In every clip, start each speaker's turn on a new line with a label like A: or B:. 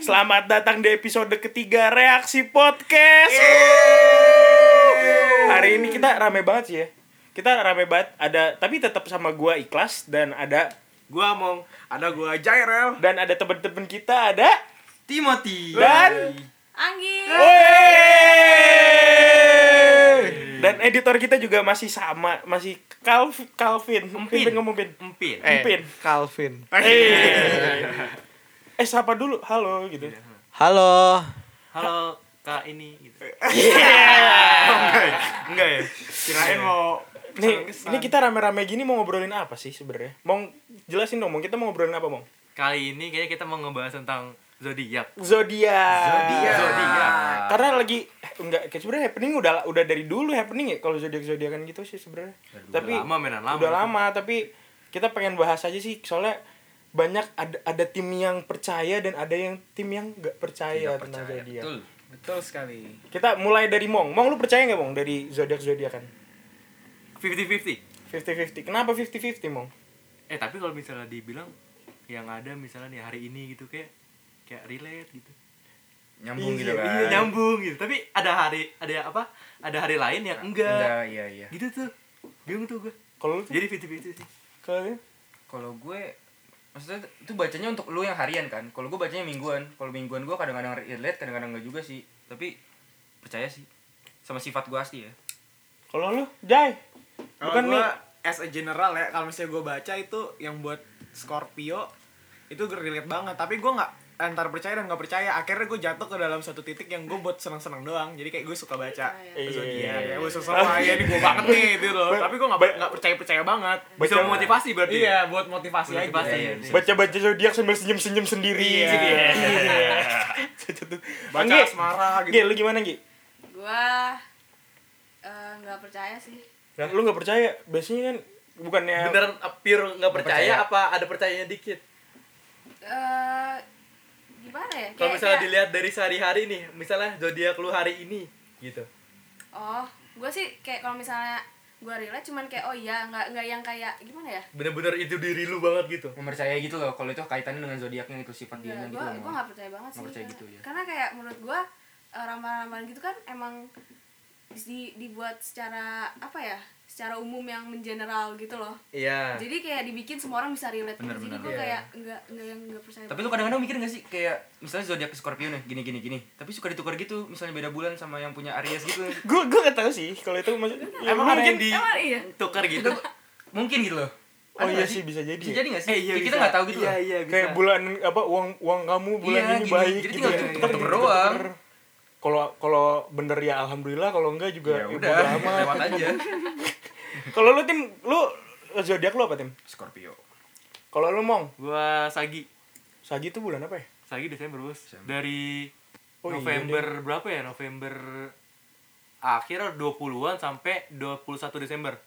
A: Selamat datang di episode ketiga Reaksi Podcast. Wuh. Hari ini kita rame banget sih ya. Kita rame banget ada tapi tetap sama gua Ikhlas dan ada
B: Gua Among, ada gua Jairel,
A: dan ada teman-teman kita ada
B: Timothy,
A: dan
C: Anggi.
A: Wey. Dan editor kita juga masih sama, masih Calvin, Calvin, Pimpin ngomongin.
B: Empin.
A: Pimpin.
D: Calvin.
A: Eh, siapa dulu? Halo gitu.
D: Halo.
B: Halo Kak ini gitu.
A: Kirain mau Nih, ini kita rame-rame gini mau ngobrolin apa sih sebenarnya? Mau jelasin dong, Mong. Kita mau ngobrolin apa, Mong?
E: Kali ini kayaknya kita mau ngebahas tentang zodiak.
A: Zodiak.
B: Zodiak.
E: Zodiak.
A: Karena lagi eh, enggak kayak sebenarnya happening udah udah dari dulu happening ya kalau zodiak zodiakan gitu sih sebenarnya. Tapi
E: lama, menan lama.
A: Udah lama tapi kita pengen bahas aja sih soalnya banyak ada ada tim yang percaya dan ada yang tim yang nggak percaya tentang
E: Iya.
A: zodiak.
B: Betul. Betul sekali.
A: Kita mulai dari Mong. Mong lu percaya nggak Mong dari zodiak zodiakan?
E: 50-50.
A: 50-50. Kenapa 50-50 Mong?
E: Eh, tapi kalau misalnya dibilang yang ada misalnya nih hari ini gitu kayak kayak relate gitu.
B: Nyambung
A: Iya,
B: gitu kan.
E: Iya, nyambung gitu. Tapi ada hari ada apa? Ada hari lain yang
B: Enggak,
E: enggak.
B: iya iya.
E: Gitu tuh. Bingung tuh gue.
A: Kalau lu tuh,
E: Jadi 50-50 sih.
A: kalau lu?
F: kalau gue maksudnya itu bacanya untuk lu yang harian kan kalau gue bacanya mingguan kalau mingguan gue kadang-kadang relate kadang-kadang enggak juga sih tapi percaya sih sama sifat gue asli ya
A: Kalau lu, Jai.
G: Kalau
A: Bukan
G: gua
A: nih.
G: as a general ya, kalau misalnya gue baca itu yang buat Scorpio itu gue relate banget, tapi gue nggak antar percaya dan nggak percaya. Akhirnya gue jatuh ke dalam satu titik yang gue buat seneng-seneng doang. Jadi kayak gue suka baca
A: Iya.
G: zodiak, ya gue suka wah ya ini gue banget nih gitu loh. Tapi gue nggak nggak percaya percaya banget.
E: Bisa
A: Baca-
E: memotivasi berarti.
G: Iya, buat motivasi, aja.
E: Motivasi.
F: Iya, iya.
A: Baca-baca zodiak sambil senyum-senyum sendiri.
G: Iya.
A: gitu ya.
G: Baca
A: Anggi.
G: asmara gitu.
A: Gi, lu gimana Gi?
C: Gua eh, nggak percaya sih.
A: Lu gak percaya? Biasanya kan bukannya
E: Beneran pure nggak percaya,
F: percaya.
E: apa ada percayanya dikit?
C: Eh gimana ya?
E: Kalau
C: Kayak-
E: misalnya
C: kayak-
E: dilihat dari sehari-hari nih, misalnya zodiak lu hari ini gitu.
C: Oh, gua sih kayak kalau misalnya gua relate cuman kayak oh iya nggak nggak yang kayak gimana ya?
E: Bener-bener itu diri lu banget gitu.
F: mempercaya gitu loh kalau itu kaitannya dengan zodiaknya itu sifat dia
C: Nggak,
F: gitu
C: gua
F: loh,
C: gua
F: Mon.
C: nggak percaya banget sih.
F: Nggak percaya
C: karena,
F: gitu, ya.
C: karena kayak menurut gua eh, ramalan-ramalan gitu kan emang di, dibuat secara apa ya? Secara umum yang mengeneral gitu loh.
E: Iya.
C: Jadi kayak dibikin semua orang bisa relate. gitu. Jadi
F: Bener-bener.
C: gua kayak nggak nggak yang nggak percaya.
F: Iya. tapi
C: banget.
F: lu kadang-kadang mikir gak sih kayak misalnya zodiak Scorpio nih gini gini gini tapi suka ditukar gitu misalnya beda bulan sama yang punya Aries gitu
A: gue gue gak tahu sih kalau itu maksudnya ya,
E: Emang ada
A: mungkin
E: yang di
C: Emang iya.
E: tukar gitu?
F: mungkin gitu loh
A: oh
F: Ada
A: iya
F: nggak
A: sih bisa jadi
F: bisa
A: ya.
F: jadi gak sih
E: Eh, iya,
F: Kayak kita
E: bisa.
F: nggak tahu gitu
E: Iya,
F: loh.
E: iya, bisa.
A: kayak bulan apa uang uang kamu bulan
F: Iya,
A: ini
F: gini.
A: baik
F: Jadi
A: gitu
F: tinggal
A: ya.
F: tuker-tuker
A: Iya,
F: doang.
A: tuker-tuker. kalau kalau bener ya alhamdulillah kalau enggak juga
F: ya
A: ibu
F: udah lewat aja
A: kalau lu tim lu zodiak lu apa tim
F: Scorpio
A: kalau lu mong
E: Gua Sagi.
A: sagi itu bulan apa ya
E: Sagi Desember, Bos. Dari
A: Oh, iya,
E: November berapa ya? November akhir 20-an sampai 21 Desember.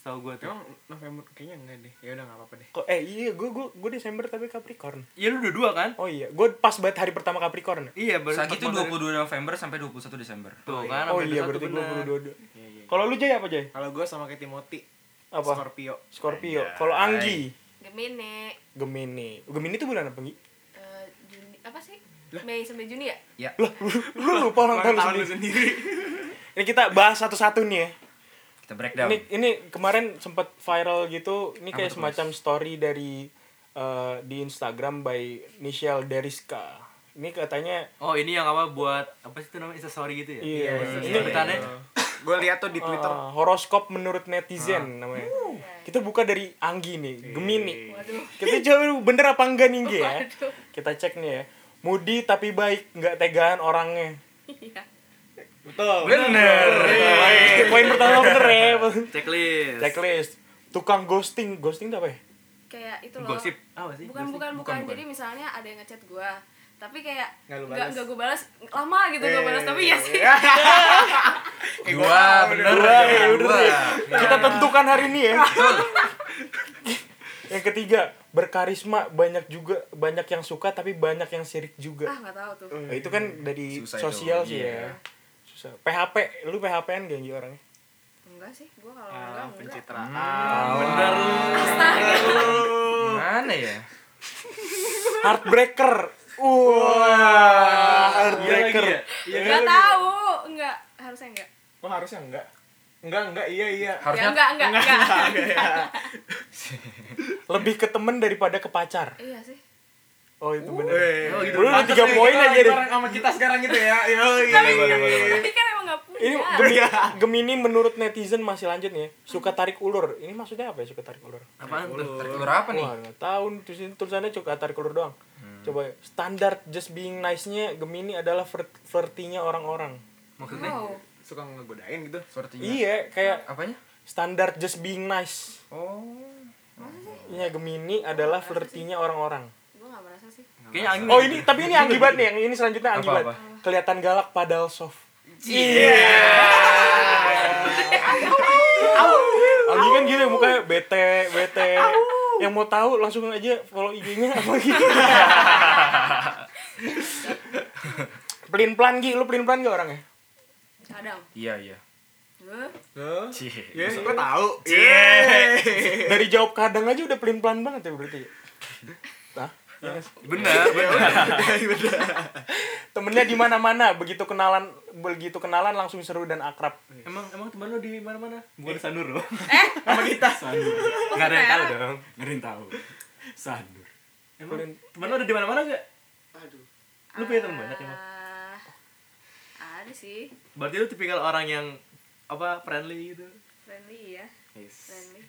E: Setahu gua tuh.
G: Emang November kayaknya enggak deh. Ya udah nggak apa-apa deh.
A: kok eh iya gue gue gue desember tapi capricorn
E: Iya lu dua-dua kan?
A: oh iya gue pas banget hari pertama capricorn ya?
E: Iya, berarti
F: Sagi itu 22 November sampai 21 Desember
E: Tuh kan,
A: oh
E: sampai
A: iya
E: 21
A: berarti gue
E: bener.
A: buru dua dua
G: Iya, iya, iya.
A: kalau lu jay apa jay
G: Kalau gue sama kayak Timothy,
A: apa
G: Scorpio.
A: Scorpio kalau Anggi
C: Gemini.
A: Gemini Gemini itu bulan apa Anggi
C: eh, Juni apa sih? Mei sampai Juni ya?
F: iya.
A: lah lu, lu lupa orang tahun lu
E: Tahun lu
A: sendiri
E: sendiri.
A: Ini kita bahas satu-satu nih ya.
F: kita breakdown
A: Ini ini kemarin sempat viral gitu. Ini kayak
F: tuh,
A: semacam story dari eh, di Instagram by Michelle Deriska. Ini katanya
E: Oh, ini yang apa buat apa sih itu namanya Instastory gitu ya?
A: Iya,
E: Ini betannya
G: Gue lihat tuh di Twitter.
A: eh, horoskop menurut
F: Ah.
A: netizen namanya. Kita buka dari Anggi
F: Iya.
A: nih, Gemini. Kita coba bener apa enggak nih Anggi ya? Kita cek nih ya. Mudi tapi baik, nggak tegaan orangnya.
C: Iya.
F: Iya.
A: Poin pertama bener ya.
E: checklist.
A: Checklist. Tukang ghosting, ghosting itu apa ya?
C: Kayak itu loh.
E: Gosip. Ah, Apa sih?
C: Bukan, bukan,
F: Bukan,
C: bukan,
F: bukan.
C: Jadi misalnya ada yang ngechat gua, tapi kayak
G: Nggak lu
C: nggak
G: balas.
C: nggak gue balas lama gitu gue balas tapi ya sih
E: Iya.
F: dua bener
A: Dua, ya udah
F: dua
A: deh. Kita tentukan hari ini ya.
F: Iya.
A: yang ketiga, berkarisma banyak juga banyak yang suka tapi banyak yang sirik
C: ah
A: juga.
C: nggak tahu tuh
A: Nah, itu kan dari
F: Susah itu,
A: sosial sih ya.
F: iya.
A: Susah. PHP, lu PHP-an gak Ji, orangnya?
C: enggak sih gue kalau
E: Ah,
C: enggak enggak
G: Pencitraan.
C: astaga
F: mana ya
A: Heartbreaker. Wah, heartbreaker.
E: Iya lagi ya?
C: Nggak tahu, enggak harusnya enggak.
G: Oh harusnya enggak. Enggak, enggak, iya, iya.
C: Ya
F: Harusnya
C: enggak, enggak, enggak.
A: Lebih ke temen daripada ke pacar.
C: Iya sih.
A: Oh, itu bener.
G: Weh,
F: Oh, gitu.
A: Lu udah tiga poin aja deh.
G: Orang sama kita sekarang gitu ya. Yoi.
C: Tapi kan emang enggak punya.
A: Ini Gemini, Gemini menurut netizen masih lanjut nih. ya. Suka tarik ulur. Ini maksudnya apa ya suka tarik ulur?
F: apaan tuh? Tarik ulur apa nih?
A: Wah, nggak tahu di sini tulisannya suka tarik ulur doang. Coba standar just being nice-nya Gemini adalah flirt- flirty-nya orang-orang.
F: Maksudnya
C: Wow.
G: Suka ngegodain gitu.
F: sepertinya.
A: Iya, kayak
F: Apanya?
A: standar just being nice.
F: Oh.
A: Ya Gemini adalah flirtinya orang-orang.
C: Gue enggak merasa sih.
E: Kayaknya angin.
F: iya.
A: Oh ini tapi ini anggibat nih yang ini selanjutnya anggibat.
F: Apa-apa?
A: Kelihatan galak padahal soft. Iya. Anggi kan gini mukanya bete bete. Yang mau tahu langsung aja follow IG-nya apa gitu. pelin pelan Gi, lu pelin pelan gak orangnya?
C: Kadang.
F: Iya, iya.
C: Gue
G: Loh.
F: Cie.
G: Ya, gua tahu. Iya.
A: Dari jawab kadang aja udah pelin pelan banget ya berarti. Nah,
E: Iya.
F: Benar, benar.
A: temennya di mana mana begitu kenalan begitu kenalan langsung seru dan akrab.
E: Emang emang teman lo di mana-mana? Eh. Bukan Sanur lo.
B: Sama kita
E: Oh,
B: Sandur.
E: Enggak ada yang tahu dong.
B: Nggak ada yang tahu. Sandur.
E: Emang teman lo ada di mana-mana enggak?
B: Aduh.
E: Lu punya teman banyak ya? emang.
C: Ah, ada sih.
E: Berarti lu tipikal orang yang apa friendly gitu.
C: Friendly ya,
B: Yes.
C: friendly.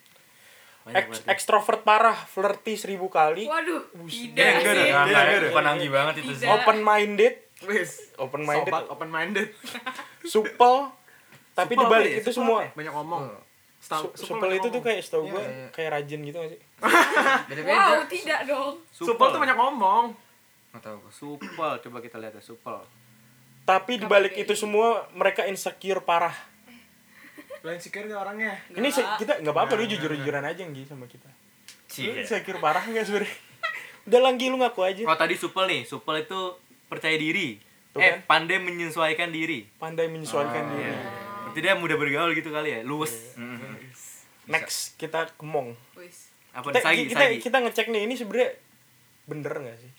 A: Ek- ekstrovert parah, flirty seribu kali,
C: Waduh,
E: iya,
F: Enggak,
C: tidak sih.
F: enggak, enggak. Bukan anggi banget itu sih.
C: Tidak.
A: open minded,
G: Wis.
A: open minded,
G: Sobat open minded.
A: supel, tapi
E: Supel
A: dibalik
E: apa ya?
A: itu
E: Supel
A: semua. Hmm.
E: apa
G: Banyak ngomong.
A: Su- supel itu tuh kayak setahu gua
F: iya.
A: kayak rajin gitu gak sih?
F: Beda-beda.
C: Wow, tidak dong.
G: Supel tuh banyak ngomong.
F: Enggak tahu gua.
E: Supel, coba kita lihat ya, supel.
A: Tapi dibalik itu semua mereka insecure parah.
G: Lo insecure gak orangnya?
A: Ini se- kita nggak apa-apa lu jujur-jujuran aja nggih sama kita. Lu
E: Iya.
F: Cie.
A: insecure parah nggak sebenarnya? Udah langgi lu ngaku aja.
E: Kalau tadi supel nih, supel itu percaya diri.
A: Tuh
E: eh,
A: kan.
E: pandai menyesuaikan diri.
A: Pandai menyesuaikan diri.
E: Berarti dia mudah bergaul gitu kali ya, luwes.
A: Next kita kemong.
C: Wis.
E: Apa
A: Kita,
E: disagi,
A: kita,
E: disagi.
A: kita ngecek nih ini sebenarnya bener nggak sih?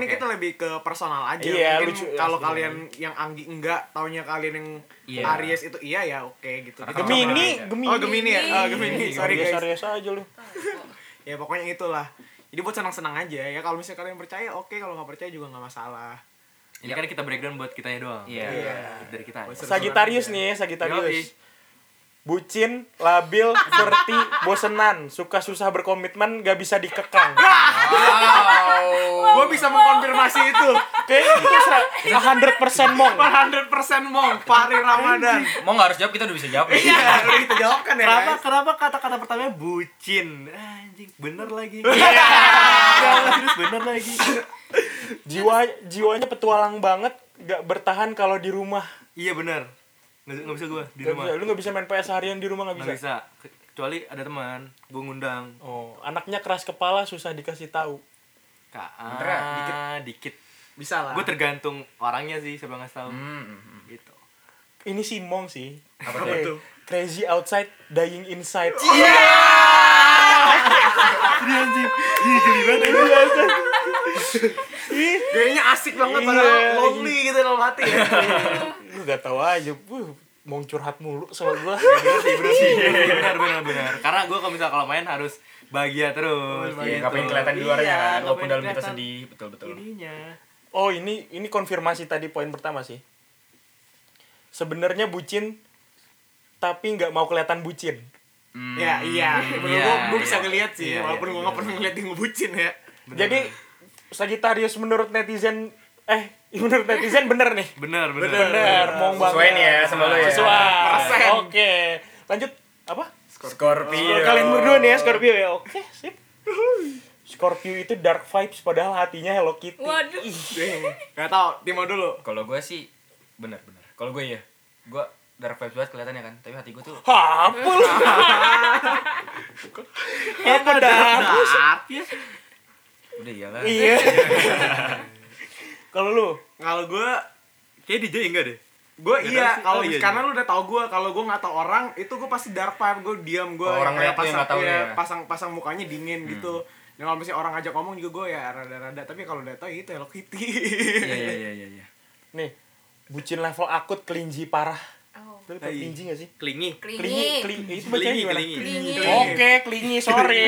E: Oke,
G: ini
E: oke.
G: kita lebih ke personal aja.
A: Iya,
G: Mungkin
A: lucu.
G: kalau
A: Iya.
G: kalian yang Anggi enggak, taunya kalian yang
E: Iya.
G: Aries itu iya ya, oke gitu. Kita
A: Gemini,
F: Coba.
A: Gemini.
G: Oh Gemini ya, oh, Gemini. Sorry
A: Biasa
G: guys.
A: biasa aja lu.
C: Tahu, kok.
G: Ya pokoknya itulah. Jadi buat senang-senang aja ya. Kalau misalnya kalian percaya, oke. Kalau nggak percaya juga nggak masalah.
E: Ini kan kita breakdown buat kitanya doang.
F: Iya.
E: Dari kita.
G: Buat seru-seruan
A: Sagitarius
G: aja.
A: nih, ya,
E: Yoi.
A: Sagitarius. Bucin, labil, flirty, bosenan, suka susah berkomitmen, gak bisa dikekang.
F: Wow.
G: Gua bisa mengkonfirmasi itu.
A: Oke, itu serah- 100% mong.
G: 100% mong Fahri Ramadan.
F: Mau nggak harus jawab kita udah bisa jawab. ya.
G: Iya, udah kita jawabkan ya.
E: Kenapa
G: guys.
E: kenapa kata-kata pertamanya bucin? Anjing, bener lagi. Iya, Terus bener lagi.
A: Jiwa jiwanya petualang banget, gak bertahan kalau di rumah.
E: Iya bener. Nggak nggak bisa gua di
A: Gak
E: rumah.
A: bisa, lu gak bisa main PS harian di rumah gak
E: Nggak
A: bisa.
E: bisa. Ke- Kecuali ada teman, gua ngundang.
A: Oh, anaknya keras kepala, susah dikasih tahu.
E: Kak,
F: Beneran,
E: dikit. ah, dikit.
G: Bisa lah.
E: Gue tergantung orangnya sih, siapa ngasih tahu.
F: Hmm, hmm, hmm.
E: Gitu.
A: Ini si mong sih.
F: Apa
A: Eh,
F: tuh?
A: Crazy outside, dying inside.
G: Gayanya asik banget
A: Iya,
G: padahal
A: iya.
G: lonely gitu dalam hati ya.
A: Lu gak tahu aja, wuh, mong curhat mulu sama gua.
E: benar benar benar. Karena gue kalau misal kalau main harus bahagia terus.
F: Iya,
E: gitu.
F: nggak pengen kelihatan di luarnya
E: Iya,
F: kan,
E: nggak
F: walaupun
E: pengen
F: dalam kita
E: kelihatan
F: sedih, betul-betul.
G: Iya.
E: Ininya.
A: Oh ini ini konfirmasi tadi poin pertama sih. Sebenarnya bucin tapi nggak mau kelihatan bucin.
F: Hmm.
G: Ya iya, menurut
E: Iya,
G: gua, gua
E: iya.
G: bisa ngeliat sih,
E: Iya,
G: walaupun
E: iya,
G: gua gak pernah ngeliat dia ngebucin ya.
A: Jadi Sagittarius menurut netizen eh menurut netizen bener nih.
E: Benar benar.
A: Bener, mau banget.
F: Sesuai nih ya sama lo ya.
A: Sesuai.
G: Persen.
A: Oke. Lanjut apa?
F: Scorpio.
A: Kalian berdua nih ya Scorpio ya. Oke, sip. Scorpio itu dark vibes padahal hatinya Hello Kitty.
C: Waduh.
G: Gak tau, Timo dulu.
F: Kalau gue sih benar-benar. Kalau gue ya, gue dark vibes banget kelihatan ya kan, tapi hati gue tuh
A: Hampul. Apa dah?
F: udah iyalah.
A: Iya. Kalau lu
G: Kalau gua
E: Kayak DJ enggak deh.
G: gue
F: Ya
E: Nggak tahu sih.
F: kan
G: iya kalau
E: Oh, iya,
G: karena lu udah tau gue kalau gue nggak tau orang itu gue pasti dark vibe gue diam gue
F: Oh, orang lihat lu
G: kayak
F: yang
G: pasang
F: nggak tahu
G: iya,
F: lu ya.
G: pasang pasang mukanya dingin gitu Dan kalau misalnya orang ajak ngomong juga gue ya rada-rada. Tapi kalau udah tahu ya itu Hello Kitty.
F: Iya iya iya iya. iya.
A: Nih, bucin level akut kelinci parah.
C: Oh.
A: Lu liat kelinci gak sih?
E: Klingi.
A: Kelinci,
C: Klingi.
A: kelinci. Itu bacanya
E: Kelingi,
A: gimana?
E: kelingi.
C: Klingi.
A: Oke, kelinci, sorry.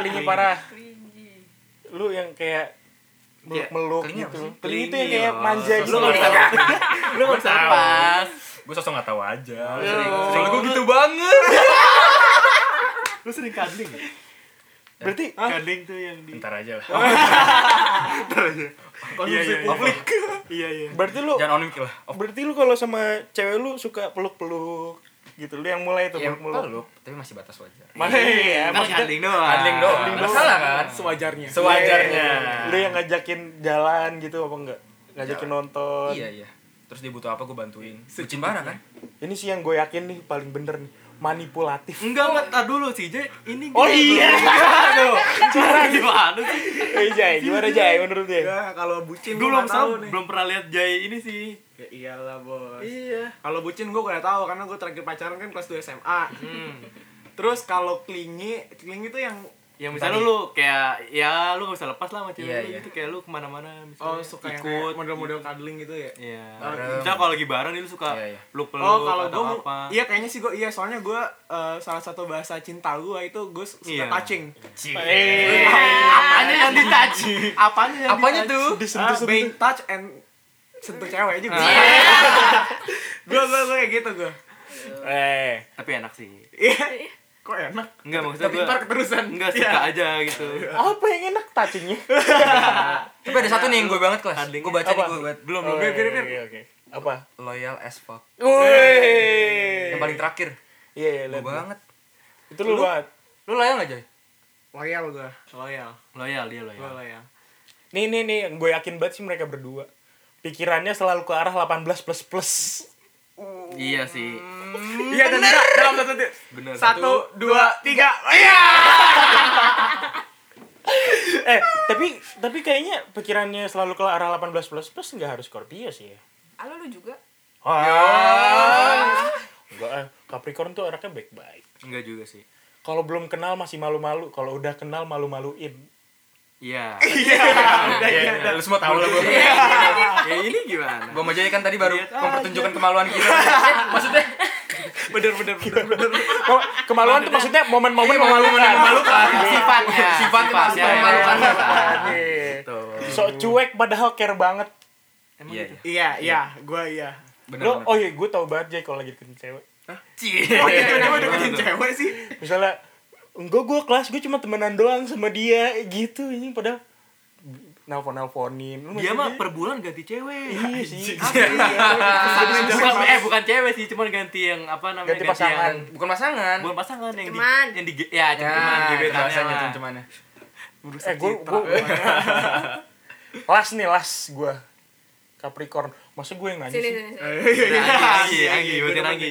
A: kelinci parah.
C: Klingi.
A: Lu yang kayak meluk-meluk
F: Kelingi apa
A: gitu.
F: sih?
A: Kelinci itu yang
E: Kelingi,
A: kayak
E: oh.
A: manja
E: Lu
A: gitu.
E: nggak bisa
F: Lu nggak usah pas. Gue sosok nggak tahu aja. Soalnya gue gitu banget.
B: Lu sering kadling? ya?
A: Berarti
B: Kadling tuh yang di
F: Ntar aja lah.
E: Iya,
B: konsumsi publik. Iya iya.
A: berarti lu
F: Jangan on mic lah. Off
A: berarti lu kalau sama cewek lu suka peluk-peluk gitu. Lu yang mulai tuh
F: ya,
A: peluk-peluk.
F: peluk, tapi masih batas wajar.
A: Mana ya?
E: Kan
A: Maksudnya
E: kadling doang.
F: Adling doang.
A: Adling
F: Nggak
A: doang.
F: salah kan?
G: Sewajarnya.
F: Sewajarnya.
A: iya, lu yang ngajakin jalan gitu apa enggak? Ngajakin
F: Jalan.
A: nonton.
F: Iya iya. Terus dia butuh apa gue bantuin. Bucin parah kan?
A: Ini sih yang gue yakin nih paling bener nih. Manipulatif.
E: Enggak, enggak, tar dulu sih, Jay. Ini
A: Oh Mm. iya.
E: Aduh, cara gimana sih?
A: Eh Jai, gimana Jai menurut dia?
G: Ya, kalau bucin gue
E: Dulu belum
G: nggak tahu
E: tahu,
G: nih.
E: belum pernah lihat Jay ini sih.
G: Ya iyalah bos.
E: Iya.
G: Kalau bucin gue udah tahu karena gue terakhir pacaran kan kelas 2 SMA. Terus kalau klingi, klingi tuh yang
E: Ya misalnya lu kayak ya lu gak bisa lepas lah sama cewek
F: Iya,
E: lu
F: iya.
E: gitu kayak lu kemana-mana misalnya
G: oh suka yang kayak
E: Iya, ikut.
G: model-model cuddling gitu ya.
E: Iya.
F: Bareng.
E: Misalnya kalau lagi bareng nih lu suka
F: Iya, iya.
E: peluk peluk
G: Oh kalau
E: atau
G: gue
E: apa.
G: iya kayaknya sih gue iya soalnya gue eh, salah satu bahasa cinta gue itu gue suka
E: Iya.
G: touching.
A: Eh,
E: Apanya yang ditaji? Apanya yang
F: Apanya
E: ditaji?
F: tuh?
G: Ah, being touch and sentuh cewek juga.
E: Ah.
G: Gue gue gue kayak gitu gue.
A: eh,
E: Tapi enak sih.
G: Iya. Kok enak?
E: Enggak maksudnya
F: Tapi
E: gua
F: ntar keterusan.
E: enggak suka
G: Iya.
E: aja gitu.
A: apa yang enak touchingnya?
F: Tapi ada satu nih yang gue banget kelas.
E: Adlingnya.
F: Gue baca nih
A: Apa?
F: gue buat belum
A: Oh,
F: belum.
A: oke, oke, oke. Apa?
F: Loyal as fuck.
A: Woi.
F: Yang paling terakhir.
A: Iya, iya,
F: Gue
A: liat.
F: banget.
A: Itu lu banget.
F: Lu loyal gak Joy?
G: Loyal gue. Loyal.
E: Loyal dia
G: Gue
E: loyal.
G: loyal.
A: Nih, nih, nih, gue yakin banget sih mereka berdua. Pikirannya selalu ke arah 18 plus plus.
E: Iya sih.
G: Iya dan enggak dalam satu titik.
E: Bener.
G: Satu, dua, tiga.
A: eh, tapi tapi kayaknya pikirannya selalu ke arah 18 plus plus nggak harus Scorpio sih ya.
C: Halo lu juga?
A: Enggak, eh, Capricorn tuh anaknya baik-baik.
E: Enggak juga sih.
A: Kalau belum kenal masih malu-malu, kalau udah kenal malu-maluin.
E: Iya.
F: Iya, iya, lu semua tahu lah gue.
E: ya ini gimana?
F: Gue mau Joy kan tadi baru
E: Lihat aja.
F: mempertunjukkan kemaluan kita. Eh, Maksudnya
E: Iya.
A: Kok kemaluan tuh maksudnya momen-momen
F: Iya.
A: memalukan.
F: memalukan. Sifatnya. Sifatnya masih
E: Sifatnya.
F: memalukan.
A: Gitu. Sok cuek padahal care banget.
E: Emang
F: Iya,
E: gitu.
F: iya.
G: Iya, iya, gue iya.
F: Bener.
A: Lo, oh iya, gue tau banget Jay kalau lagi deketin cewek.
G: Oh iya, kenapa deketin cewek sih?
A: Misalnya, enggak gue kelas, gue cuma temenan doang sama dia, gitu. Ini padahal nelfon-nelfonin. Lu masih
E: Dia mah
A: gitu.
E: Iya, per bulan ganti cewek.
A: Iya sih.
E: bukan, eh bukan cewek sih, cuman ganti yang apa namanya?
A: Ganti pasangan.
E: yang-
F: Bukan pasangan.
E: bukan pasangan yang
C: Cuman.
E: di yang di ya
F: Ya,
E: cuman gebetannya
F: bahasanya
E: lah.
F: cuman ya.
A: Eh, gue, gue, las nih, las gue. Capricorn. Masa gue yang nanya
C: Sini
A: sih?
C: sini sini.
E: Udah, Anggi,
G: Iya,
E: Anggi, iya, berarti Anggi.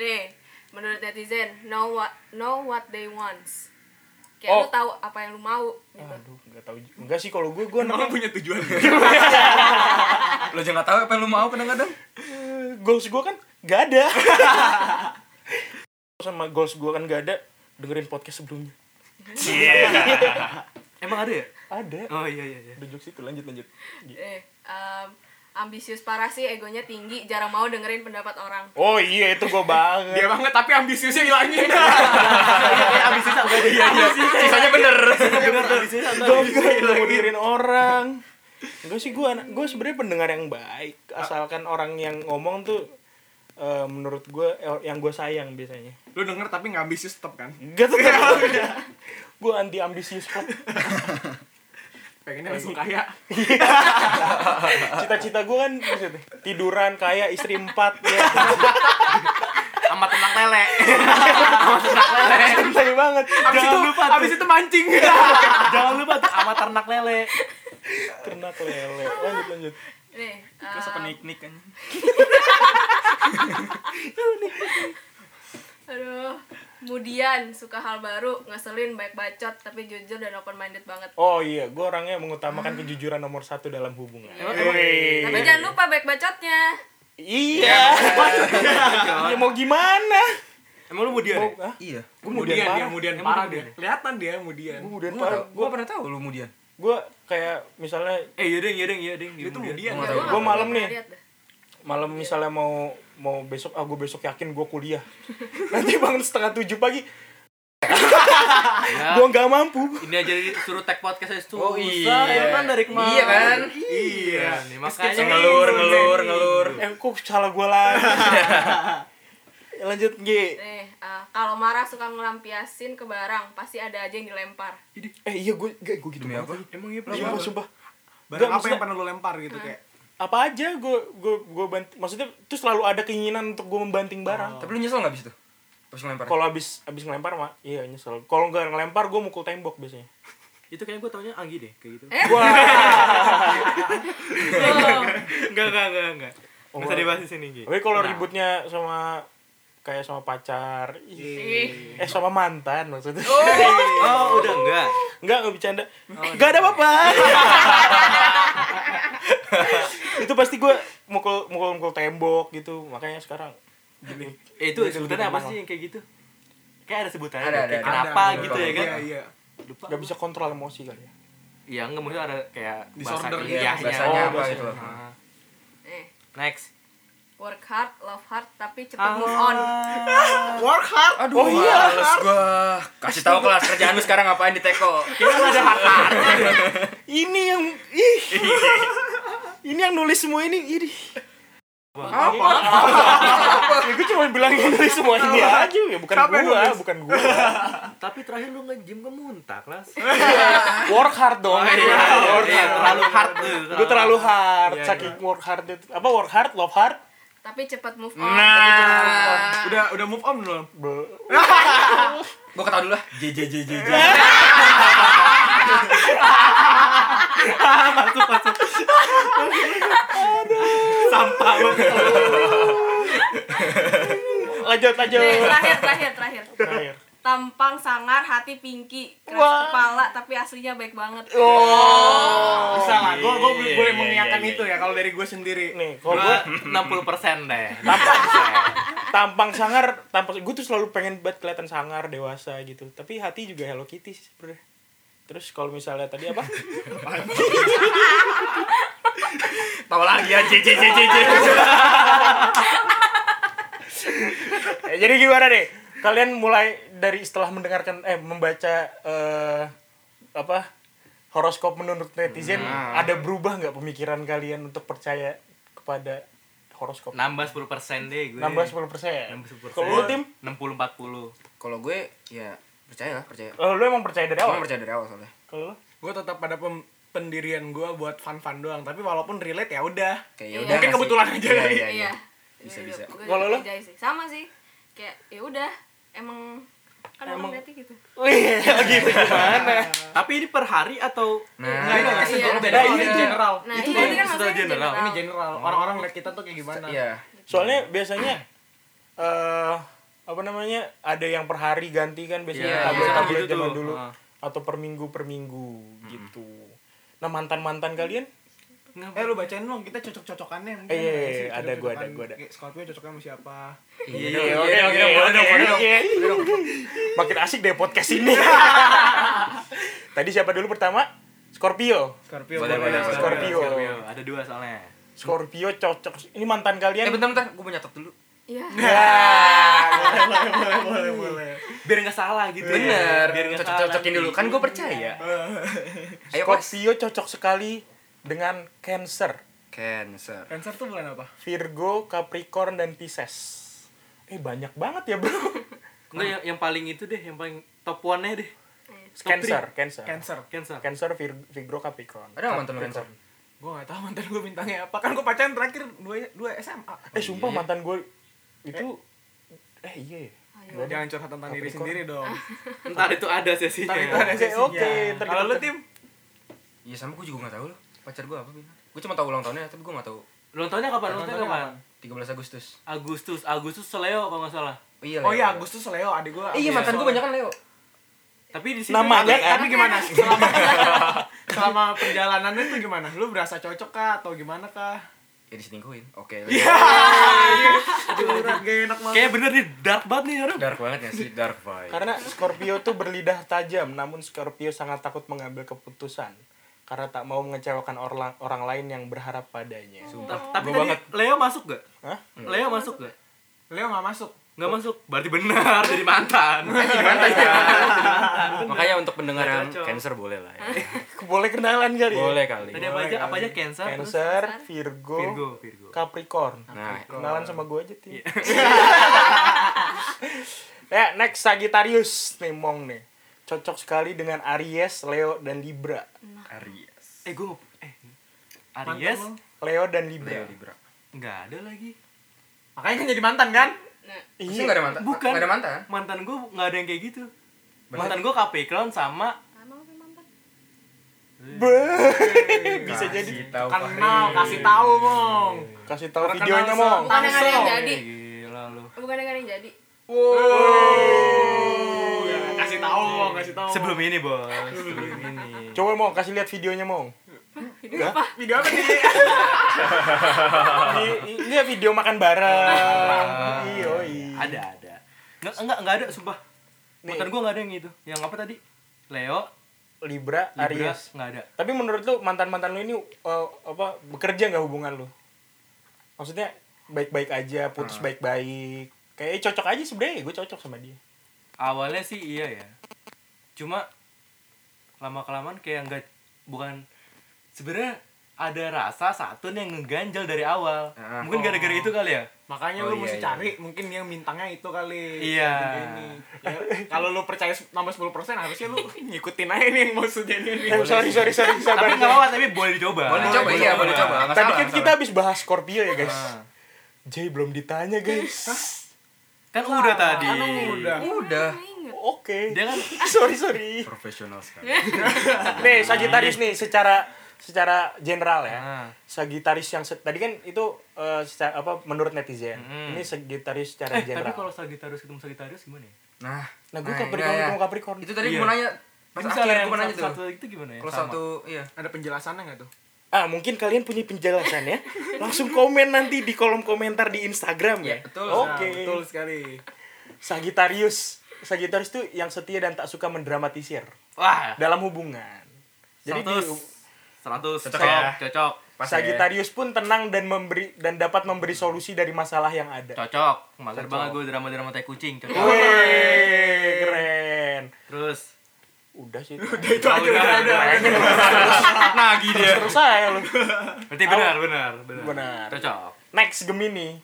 C: Nih, menurut netizen, know what know what they wants. Kayak
A: Oh.
C: lu tahu apa yang lu mau gitu.
E: Ah,
A: Aduh, enggak tahu. ju- Enggak sih kalau gue gue namanya
G: Kenapa punya tujuan?
F: Lo jangan tahu apa yang lo mau kadang-kadang.
A: goals gue kan gak ada. sama goals gue kan gak ada dengerin podcast sebelumnya.
E: Emang ada ya?
A: Ada.
E: Oh iya iya iya.
A: Udah jokes itu lanjut lanjut.
E: gitu.
C: Eh, um, ambisius parah sih, egonya tinggi, jarang mau dengerin pendapat orang.
A: Oh iya itu gue
G: Dia
A: banget.
G: banget tapi ambisiusnya hilangin.
E: Eh, abis itu enggak ada iya iya.
F: Sisanya bener.
E: Bener abis itu
A: Gue gak mau dengerin orang. Enggak sih gue anak gue sebenarnya pendengar yang baik asalkan orang yang ngomong tuh eh, menurut gue yang gue sayang biasanya.
G: Lu denger tapi nggak ambisius tetap kan?
A: Enggak tuh. gue anti ambisius kok.
E: Oh,
G: Pengennya langsung
E: iya.
G: kaya.
A: Cita-cita gue kan maksudnya, tiduran kaya istri empat ya.
E: sama tenang lele.
A: Sayang banget.
G: Abis itu,
E: Jangan lupa tuh.
G: abis itu mancing.
E: Jangan lupa tuh sama ternak lele.
A: Ternak lele. Lanjut lanjut.
C: Nih,
F: Terus
C: um,
F: apa nik-nik kan?
C: aduh. Kemudian suka hal baru, ngeselin, baik bacot, tapi jujur dan open minded banget.
A: Oh iya, gue orangnya mengutamakan kejujuran nomor satu dalam hubungan. Wih.
C: Tapi jangan lupa baik bacotnya.
A: Iya. ya mau gimana?
E: Emang lu mau dia nih?
A: Hah?
F: Iya.
A: Gue
G: Kemudian
A: mudian
G: dia,
A: parah.
G: kemudian
E: Emang
G: parah
E: dia
G: dia. Kelihatan dia kemudian.
A: Gue
F: Gue
A: mudian Uh, parah.
F: gak,
A: Gue
F: pernah tahu lu kemudian.
A: gue kayak misalnya
E: Eh iya deng, iya deng, iya deng.
G: Itu
E: Kemudian.
F: Gua
G: kemudian. kan?
C: Nggak,
F: tahu.
C: gua nggak
A: Gua malam
C: pernah
A: nih.
C: lihat dah.
A: malam misalnya mau mau besok ah gue besok yakin gue kuliah nanti bangun setengah tujuh pagi
E: Ya,
A: gue nggak mampu
E: ini aja disuruh tag podcast aja tuh.
F: Oh,
E: Susah, ya
F: iya.
E: kan dari kemarin.
F: Iya kan?
E: Iya, nih makanya
F: Ngelur, ngelur, ngelur.
A: eh kok salah gue lagi lanjut G
C: Nih, eh, kalau marah suka ngelampiasin ke barang, pasti ada aja yang dilempar.
A: eh iya gue gue gitu
F: Demi
A: banget
F: apa?
A: lagi.
G: Emang iya pernah.
A: sumpah
G: Bang?
A: sumpah
G: Barang apa
A: maksudnya-
G: yang pernah lu lempar gitu kayak.
A: apa aja gue gue gue banting maksudnya tuh selalu ada keinginan untuk gue membanting barang
F: Tapi lu nyesel gak abis itu? Pas ngelempar.
A: kalau abis abis ngelempar mah iya nyesel kalau nggak ngelempar gue mukul tembok biasanya
E: Itu kayaknya gue taunya Anggi deh, kayak gitu.
B: Enggak, enggak, enggak, enggak.
A: Oh,
B: Masa
A: gua-
B: dibahas Nah. di sini, Gi.
A: tapi kalau ributnya sama kayak sama pacar ih,
B: Iya.
C: Ih,
A: eh sama mantan maksudnya
E: Oh, udah enggak.
A: Enggak, enggak bercanda.
B: Oh,
A: Enggak ada apa-apa. itu pasti gue mukul mukul mukul tembok gitu. Makanya sekarang
E: Eh, itu sebutannya apa sih yang kayak gitu? Kayak ada sebutannya.
F: Ada,
E: deh,
F: ada,
E: kayak
F: ada.
E: Kenapa
F: Ada,
E: gitu ya
F: ada.
E: kan?
G: Iya, iya.
E: Lupa.
A: nggak bisa kontrol emosi kali ya.
E: Iya, enggak maksudnya ada kayak bahasa
G: Disorder, iya,
E: ilmiahnya.
F: bahasanya
E: Oh,
F: apa
E: bahasa-
F: gitu loh.
E: Nah.
C: nih,
E: Next.
C: work hard, love hard, tapi cepet move on.
G: Work hard.
F: Aduh, oh, iya. males gua. Kasih tahu kelas kerjaan lu sekarang ngapain di teko.
E: Iya,
A: Ini yang ih. ini yang nulis semua ini. Ini. Apa? ya gue cuma bilang yang nulis semua ini aja ya bukan
G: Siapa yang
A: gua,
G: nulis?
A: bukan gua.
E: Tapi terakhir lu nge-gym ke muntah, kelas.
A: Work hard dong.
E: Terlalu terlalu iya. hard lu.
A: Gue terlalu hard, saking work hard itu. Apa work hard, love hard?
C: Tapi cepet move on.
F: Nah.
G: Udah udah move on belum?
A: Be-
F: Gua ketawa dulu lah. Eh, J j j j j.
E: sampah banget.
A: Lanjut, lanjut.
C: Nih, Eh, terakhir, terakhir, terakhir.
A: Terakhir.
C: Tampang sangar, hati pinky, keras
A: Wah.
C: kepala, tapi aslinya baik banget.
E: Oh.
G: Bisa lah. Gua gua
E: iya,
G: boleh
E: iya,
G: mengiyakan
E: iya,
G: itu ya kalau dari gue sendiri.
A: Nih, kalau
E: Gua
A: gue
E: 60% deh.
A: tampang sangar tampang gue tuh selalu pengen buat kelihatan sangar dewasa gitu tapi hati juga Hello Kitty sih sebenarnya terus kalau misalnya tadi apa
F: Tahu lagi ya j j j j j.
A: Eh, jadi gimana deh kalian mulai dari setelah mendengarkan eh membaca eh, apa horoskop menurut netizen
E: Hmm.
A: ada berubah nggak pemikiran kalian untuk percaya kepada horoskop
E: Nambah 10% deh gue.
A: nambah 10% kalau lu tim
E: 60 40.
F: Kalau gue ya percaya lah, percaya.
A: eh, lu emang percaya dari
F: Gua
A: awal
F: percaya dari awal soalnya.
A: kalau lu?
G: Gue tetap pada pem- pendirian gue buat fun-fun doang. Tapi walaupun relate ya udah.
F: Kayak
C: Iya.
F: yaudah
G: Mungkin
F: ngasih.
G: kebetulan aja
F: Iya,
G: kali.
F: iya, iya.
C: Iya.
F: Bisa,
C: Gua-
F: bisa.
C: gua-
A: Kalau
C: gua
A: lo?
C: percaya sih. Sama sih. Kayak ya udah, emang kan orang berarti gitu.
A: Wih, gitu gimana?
E: Tapi ini per hari atau
F: Nah,
G: Nah, ini
C: iya.
G: itu beda
A: Nah,
G: ini
A: ini tuh.
G: general.
C: Nah,
E: Itu
C: iya, ini kan
E: secara
C: maksudnya ini
E: general.
C: general.
G: Ini general. Orang-orang lihat kita tuh kayak gimana?
F: Iya.
A: Soalnya biasanya eh apa namanya? Ada yang per hari ganti kan biasanya
E: Iya,
A: tablet
E: iya.
A: tablet
E: Gitu
A: zaman
E: tuh.
A: dulu
E: Ah. Hmm.
A: atau per minggu per minggu gitu. Nah mantan-mantan kalian
G: Eh lu bacain dong, kita cocok-cocokannya mungkin.
A: Eh, iya, iya,
G: Sih,
A: iya, ada, gua ada,
G: cocok-cocokan.
A: gua ada.
G: Kayak Scorpio cocoknya sama siapa?
E: Iya,
A: oke, oke, oke,
F: iya.
A: oke. iya. makin asik deh podcast ini. Tadi siapa dulu pertama? Scorpio.
G: Scorpio.
F: Boleh,
G: boleh.
F: boleh, boleh.
A: Scorpio.
E: Ada dua soalnya.
A: Scorpio cocok. Ini mantan
F: Eh
A: kalian.
F: bentar bentar, gua mau nyatet dulu.
C: Iya.
G: Boleh, boleh, boleh, boleh.
E: Biar nggak salah gitu. ya.
F: Bener.
E: Biar nggak salah
F: Cocok-cocokin
E: nanti.
F: dulu. Kan gue percaya. Ayo kelas.
A: Scorpio cocok sekali dengan Cancer,
F: Cancer.
G: Cancer tuh bulan apa?
A: Virgo, Capricorn dan Pisces. Eh banyak banget ya, Bro.
E: Enggak yang, yang paling itu deh, yang paling top one-nya deh. Top
A: Cancer, Cancer.
G: Cancer.
E: Cancer.
A: Cancer, Vir- Virgo, Capricorn.
F: Ada nggak mantan lu Cancer?
G: Gue gak tau mantan gue bintangnya apa. Kan gue pacaran terakhir 2 dua SMA.
A: Eh sumpah mantan gue itu eh iya ya. Nggak ada.
G: Jangan curhat tentang diri
A: Capricorn.
G: sendiri dong.
E: Ntar itu ada sesinya.
G: Ntar itu
A: Oke,
G: ada sesinya.
A: oke, ntar
G: Kalau
A: kita-
G: lu tim?
F: Iya sama gue juga gak tahu loh pacar gue apa bintang. Gue cuma tahu ulang tahunnya tapi gue gak tahu.
E: Ulang tahunnya kapan? Ulang tahunnya kapan?
F: 13 Agustus.
E: Agustus, Agustus Leo apa nggak salah.
F: Oh iya.
G: Oh
F: Leo.
G: iya, Agustus Leo, adik gue.
F: Eh, iya mantan gue banyak kan Leo.
E: Tapi di sini
A: Namanya kan?
G: Tapi gimana? Selama, selama perjalanannya tuh gimana? Lu berasa cocok kah? Atau gimana kah?
F: ya diselingkuhin oke
G: gak enak banget
E: Kayaknya bener nih dark banget nih orang.
F: dark banget ya sih dark vibe
A: Karena Scorpio tuh berlidah tajam, namun Scorpio sangat takut mengambil keputusan karena tak mau mengecewakan orang orang lain yang berharap padanya.
E: Ta- Tapi
A: Gua
E: tadi
A: banget.
E: Leo masuk gak?
A: Hah?
E: Leo masuk gak?
G: Leo gak masuk
E: Gak masuk. Berarti benar jadi mantan.
F: makanya untuk pendengar yang
E: Cocok.
F: cancer boleh lah ya
A: Boleh kenalan kali. ya?
F: boleh kali
E: Tadi apa aja? Apa aja Cancer? terus
A: Cancer, Virgo,
E: Virgo, Virgo.
A: Capricorn.
F: nah
A: Kenalan sama gue aja tim. ya next Sagittarius nih Mong nih. Cocok sekali dengan Aries, Leo dan Libra.
F: Aries
E: Eh gue eh Aries
A: Leo dan
F: Leo
A: Libra.
F: Libra
E: nggak ada lagi.
G: makanya kan jadi mantan kan
F: Iya. Gak ada mantan.
E: Bukan.
F: Gak ada mantan.
E: Mantan gue nggak ada yang kayak gitu. Mantan gue KP Crown sama
C: Emang apa mantan?
A: Bisa jadi.
F: tahu
G: kenal kasih tahu mong
A: Kasih tahu
G: Terkenal
A: iya. videonya
G: sama-
A: Mong.
C: Bukan dengan yang
G: Langsung.
C: jadi.
E: Eh, Gila lu.
C: Bukan dengan yang jadi.
A: Ya,
G: kasih tahu mong kasih tahu
E: Iya, Sebelum ini, Bos. Sebelum ini.
A: Coba Mong kasih lihat videonya Mong.
G: video apa nih
A: I- i- Ini ya video makan bareng. Iya,
E: Ada, ada. Nggak, enggak, enggak ada, sumpah. Mantan gue nggak ada yang itu. Yang apa tadi? Leo,
A: Libra,
E: Libra,
A: Aries.
E: nggak ada.
A: Tapi menurut lu mantan-mantan lu ini eh, apa bekerja nggak hubungan lu? Maksudnya baik-baik aja, putus baik-baik. Kayaknya cocok aja sebenarnya, gue cocok sama dia.
E: awalnya sih iya ya cuma lama kelamaan kayak nggak bukan sebenarnya ada rasa satu nih yang ngeganjal dari awal
F: Ah.
E: mungkin gara-gara itu kali ya
G: makanya
F: Oh,
G: lu
F: iya,
G: mesti
F: iya.
G: cari mungkin yang bintangnya itu kali
E: Iya.
G: Yang ini. Ya, kalau lu percaya se- nambah 10% harusnya lu ngikutin aja nih yang maksudnya nih
A: Eh, sorry, sorry, sorry, sabar.
E: tapi nggak apa-apa tapi boleh dicoba
F: Boleh dicoba, iya boleh dicoba.
A: Tadi
F: Nggak salah,
A: kan
F: nggak
A: kita
F: salah.
A: habis bahas Scorpio ya, guys. Jay belum ditanya, guys.
E: kan udah tadi
G: udah
F: udah
A: Oke.
E: dia kan
A: Sorry, sorry.
F: profesional sekali.
A: Nih, Sagittarius nih secara secara general ya.
E: Ah.
A: Sagitarius yang se- tadi kan itu eh, secara- apa menurut netizen.
E: Mm.
A: Ini Sagittarius secara
E: eh
A: general.
E: tapi kalau Sagittarius ketemu Sagittarius gimana ya
F: Nah,
A: Nah, gue Capricorn
F: iya,
A: ketemu
F: iya.
A: Capricorn.
F: Itu tadi
E: Iya.
F: gue nanya pas
E: Itu
F: akhir
E: yang
F: gue nanya
E: satu,
F: tuh.
E: satu itu gimana ya
F: Kalau
E: Sama.
F: satu iya.
G: ada penjelasannya nggak tuh
A: Ah, mungkin kalian punya penjelasan ya. Langsung komen nanti di kolom komentar di Instagram ya.
F: Ya, betul.
A: Oke.
G: Nah, betul sekali
A: Sagittarius. Sagittarius tuh yang setia dan tak suka mendramatisir
E: wah
A: dalam hubungan. Jadi di,
E: seratus seratus
F: Cocok
E: cocok
F: ya?
E: cocok
F: Pas ya.
A: Sagittarius pun tenang dan memberi dan dapat memberi solusi dari masalah yang ada.
E: cocok mager banget gue drama-drama tai kucing cocok
A: Wih, keren.
E: terus
A: Udah sih.
G: itu aja udah ada
E: lagi dia
A: Terus saya lu.
E: berarti benar benar benar
A: Benar.
E: cocok
A: Next Gemini.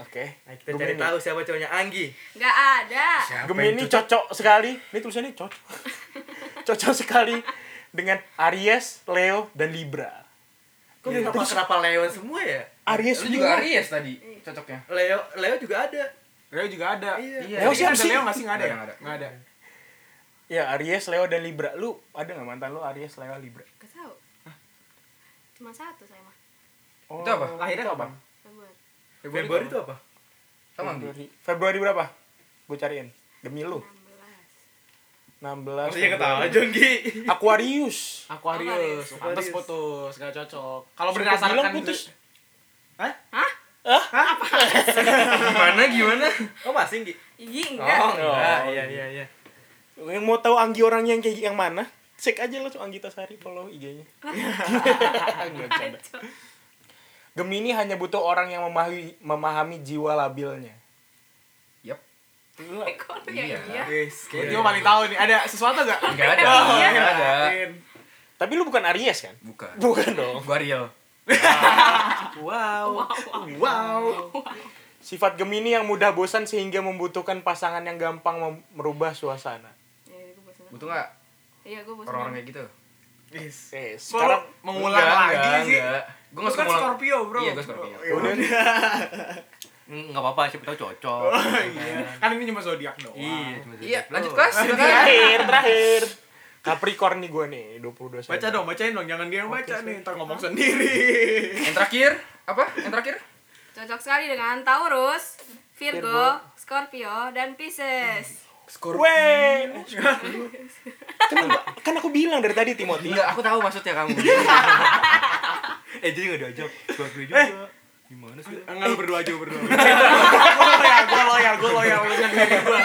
A: Oke. Gemini.
E: siapa cowoknya Anggi.
C: Nggak ada.
A: Gemini cocok sekali. Ini tulisannya cocok. cocok sekali dengan Aries, Leo, dan Libra.
E: Kok kenapa, kenapa Leo semua ya?
A: Aries
F: Lu juga Aries tadi cocoknya.
E: Leo Leo juga ada.
G: Leo juga ada
F: Iya.
A: Leo
G: Tapi
A: siapa
G: ada
A: sih?
G: Leo nggak sih nggak ada ya?
F: Nggak ada.
G: nggak ada
A: Ya Aries, Leo, dan Libra. Lu ada nggak mantan lu Aries, Leo, Libra?
C: Gak tahu. Cuma satu saya mah.
A: Oh,
F: Itu apa?
G: Lahirnya
A: itu
G: kapan?
C: Februari.
E: Februari itu apa?
F: Sama Bi.
A: Februari. Februari berapa? Gue cariin. Demi lu.
C: 16.
A: 16.
E: Maksudnya
A: Februari.
E: ketawa Jonggi.
A: Aquarius.
G: Aquarius, pantas
E: Aquarius.
G: putus, gak cocok. Kalau
A: Siapa
G: berdasarkan
A: bilang putus?
G: Hah?
C: Hah?
F: Gimana gimana?
E: Oh masih Gi.
C: Igi
E: Oh
C: enggak.
E: enggak. Iya iya iya.
A: Yang mau tahu Anggi orang yang kayak yang mana? Cek aja langsung Anggita Sari follow IG-nya. Nggak bercanda.
C: Kacau.
A: Gemini hanya butuh orang yang memahami, memahami jiwa labilnya.
F: Yap.
C: Kok lu ya
F: Iya.
C: iya?
G: Guys, kayaknya Tio paling tahu nih. Ada sesuatu gak?
F: Enggak ada. Enggak ada.
A: Tapi lu bukan Aries kan?
F: Bukan.
A: Bukan dong.
F: Gua real.
E: Wow.
G: Wow.
A: Sifat Gemini yang mudah bosan sehingga membutuhkan pasangan yang gampang mem- merubah suasana.
C: Iya, gue bosan.
F: Butuh nggak
C: Iya, gue bosan.
F: orang-orang kayak gitu?
G: Guys.
A: Eh, sekarang
G: Sekarang mengulang lagi sih.
F: Gue
G: Lu
F: nggak suka
G: kan
F: ngulang.
G: Scorpio, Bro. Oh,
F: Iya, gue Scorpio.
A: ya udah nih.
E: Enggak apa-apa siapa tahu cocok.
G: Iya. Kan ini cuma zodiak doang.
E: Iya cuma
F: Iya,
E: cocok.
F: lanjut kelas.
A: terakhir, terakhir. Capricorn nih gue nih, 22
G: Baca
A: September.
G: dong, bacain dong. Jangan dia yang baca nih, ntar ngomong sendiri.
F: Yang terakhir apa? Yang terakhir?
C: Cocok sekali dengan Taurus, Virgo, Scorpio, dan Pisces.
A: Weh. Kenapa? Kan aku bilang dari tadi Timothy.
F: Enggak, aku tahu maksudnya kamu.
E: eh jadi gak diajak Scorpio juga gimana sih
G: Enggak lu berdua aja berdua. Gue loyal, gue loyal, gue loyal dengan diri gue.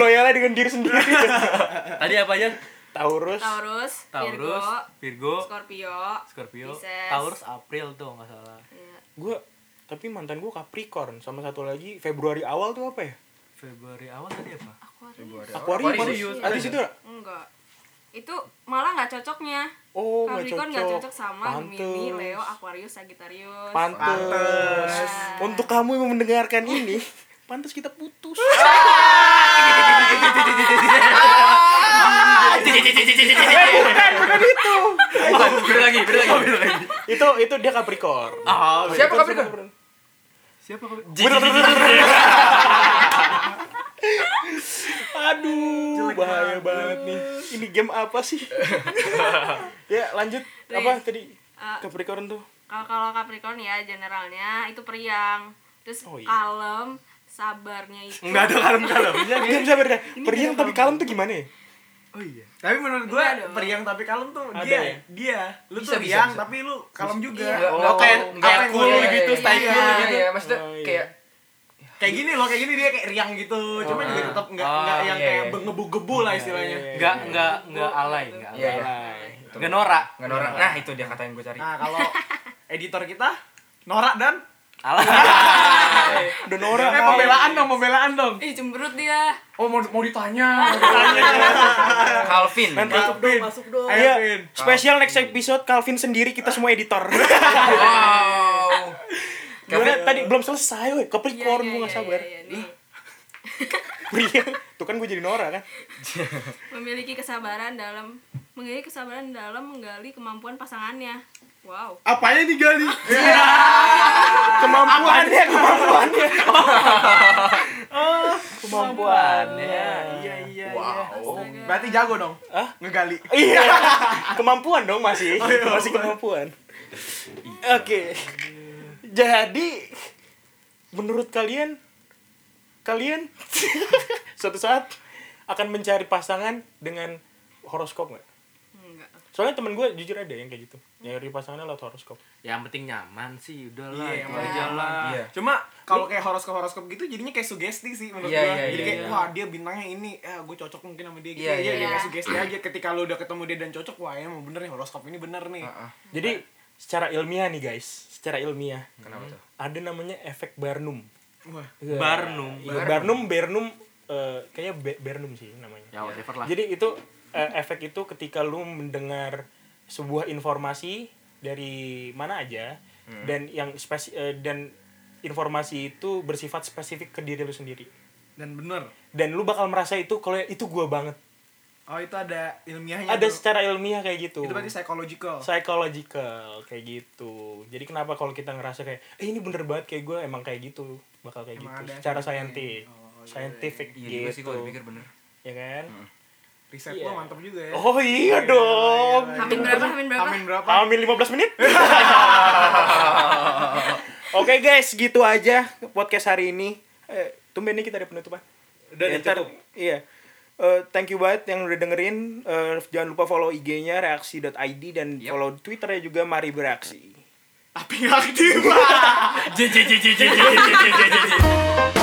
A: Loyalnya dengan diri sendiri.
E: tadi apa aja
A: Taurus.
C: Taurus,
E: Taurus
C: Virgo,
E: Virgo
C: Scorpio,
E: Scorpio
C: Pisces.
E: Taurus April tuh nggak salah
C: Iya.
A: Gue tapi mantan gue Capricorn sama satu lagi Februari awal tuh apa ya?
E: Februari awal tadi apa
C: Aquarius.
F: Februari.
A: Aquarius.
F: Aquarius.
A: Aquarius. Atis itu.
C: Enggak. Itu malah nggak cocoknya.
A: Oh, nggak
C: Capricorn nggak
A: cocok.
C: cocok sama Gemini,
A: Pantes.
C: Leo, Aquarius, Sagittarius. Ah,
A: Pantes.
C: Pantes.
A: Untuk kamu yang mendengarkan ini, pantes kita putus.
F: Bukan, beda lagi, beda lagi.
A: itu itu dia Capricorn.
E: ah
F: Siapa Capricorn?
E: siapa kau
A: Aduh, bahaya banget nih. Ini game apa sih? ya, lanjut. Apa
C: Please.
A: tadi?
C: Eh,
A: Capricorn tuh.
C: kalau kalau Capricorn ya generalnya itu periang. Terus
A: Oh, iya.
C: kalem, sabarnya itu.
E: nggak ada kalem kalem
A: Diam sabar dah. Periang tapi kalem tuh gimana ya?
E: oh iya
G: Tapi menurut gue
C: Enggak dong.
G: periang tapi kalem tuh
A: Ada
G: dia
A: ya?
G: dia. Lu
F: Bisa,
G: tuh
F: bisa,
G: riang
F: bisa. Oh,
G: tapi lu kalem juga.
C: Iya.
G: Lo kayak apa yang
F: cool
G: gue-
F: gitu,
G: iya,
F: style
G: iya,
F: cool
G: iya.
F: gitu. Ya, maksudnya
A: Oh, iya.
F: kayak
G: Kayak gini loh, kayak gini dia kayak riang gitu. Cuma juga tetap enggak
E: Ah,
G: enggak yang
F: iya,
G: kayak
F: iya.
G: ngebu-gebu lah istilahnya.
E: nggak nggak nggak alay nggak
F: Iya,
E: alay
F: iya.
E: nggak norak
F: Nggak norak. Nah, itu dia kata yang gue cari.
G: Nah, kalau editor kita norak dan
E: alay
A: Udah norak.
G: eh pembelaan dong, pembelaan dong.
C: Ih, cemberut dia.
G: Oh mau mau ditanya.
F: Calvin.
A: Nanti
G: Calvin. Masuk dong.
A: Iya,
G: Ayo, Vin.
A: spesial next episode Calvin sendiri kita semua editor.
F: Wow.
A: Gimana tadi belum selesai, weh.
C: Iya,
A: Capricorn
C: iya,
A: gue gak
C: iya,
A: sabar.
C: iya, iya, nih.
A: Periang. Tuh kan gue jadi norak kan.
C: Memiliki kesabaran dalam memiliki kesabaran dalam menggali kemampuan pasangannya. Wow.
G: Apanya digali?
C: Ah,
A: Kemampuannya, kemampuannya. Kemampuannya.
G: Iya iya.
F: Wow.
C: Astaga.
G: Berarti jago dong.
A: Hah?
G: Ngegali.
A: Iya. Kemampuan dong masih. Masih kemampuan. Oke. Jadi menurut kalian kalian suatu saat akan mencari pasangan dengan horoskop nggak?
C: Enggak.
A: Soalnya temen gue jujur ada yang kayak gitu. Nyari pasangannya lewat horoskop.
E: yang penting nyaman sih udah lah
G: Iya, yang
E: itu
G: penting
E: aja lah
F: Iya.
G: Cuma kalau kayak horoskop-horoskop gitu jadinya kayak sugesti sih menurut
F: Iya,
G: gua.
F: iya,
G: Jadi
F: iya,
G: kayak
F: iya.
G: wah dia bintangnya ini, eh gue cocok mungkin sama dia gitu.
F: Iya,
G: Iya, iya,
F: iya,
G: kayak
C: iya.
G: sugesti aja ketika lu udah ketemu dia dan cocok, wah emang bener nih horoskop ini bener nih.
F: Ah, ah.
A: Jadi secara ilmiah nih guys, secara ilmiah
F: Kenapa tuh?
A: ada namanya efek Barnum.
G: Wah.
A: Iya.
E: Barnum.
A: Iya, Barnum, Barnum, eh, kayaknya Be- Barnum sih namanya.
E: ya whatever lah
A: Jadi itu eh, efek itu ketika lu mendengar sebuah informasi dari mana aja
G: Hmm.
A: dan yang spesi eh, dan informasi itu bersifat spesifik ke diri lu sendiri.
G: Dan bener.
A: Dan lu bakal merasa itu kalau itu gua banget.
G: Oh itu ada ilmiahnya.
A: Ada
G: tuh.
A: secara ilmiah kayak gitu.
G: Iya, itu berarti psychological.
A: psychological kayak gitu. Jadi kenapa kalau kita ngerasa kayak eh ini bener banget kayak gue emang kayak gitu, bakal kayak
G: Emang
A: gitu
G: ada
A: secara
G: efeknya.
A: scientific.
G: Oh, iya,
A: scientific
F: Iya juga sih
A: gitu.
F: gue pikir bener.
A: ya kan?
G: Hmm. Riset
A: Iya.
G: lo mantap juga ya.
A: Oh iya dong.
G: iya.
C: Hamin berapa? Hamin berapa?
G: Amin berapa?
A: Amin 15 menit. Oke guys, gitu aja podcast hari ini. Eh, tumben nih kita ada penutupan.
E: Udah
A: Ya,
E: nih,
A: ntar-
E: cukup.
A: Iya. Eh, thank you banget yang udah dengerin. Eh, jangan lupa follow IG-nya reaksi.id dan
F: Yep.
A: follow Twitter-nya juga Mari Bereaksi.
G: Tapi aktif.
E: J, J, J, J, J, J, J, J, J, J, J.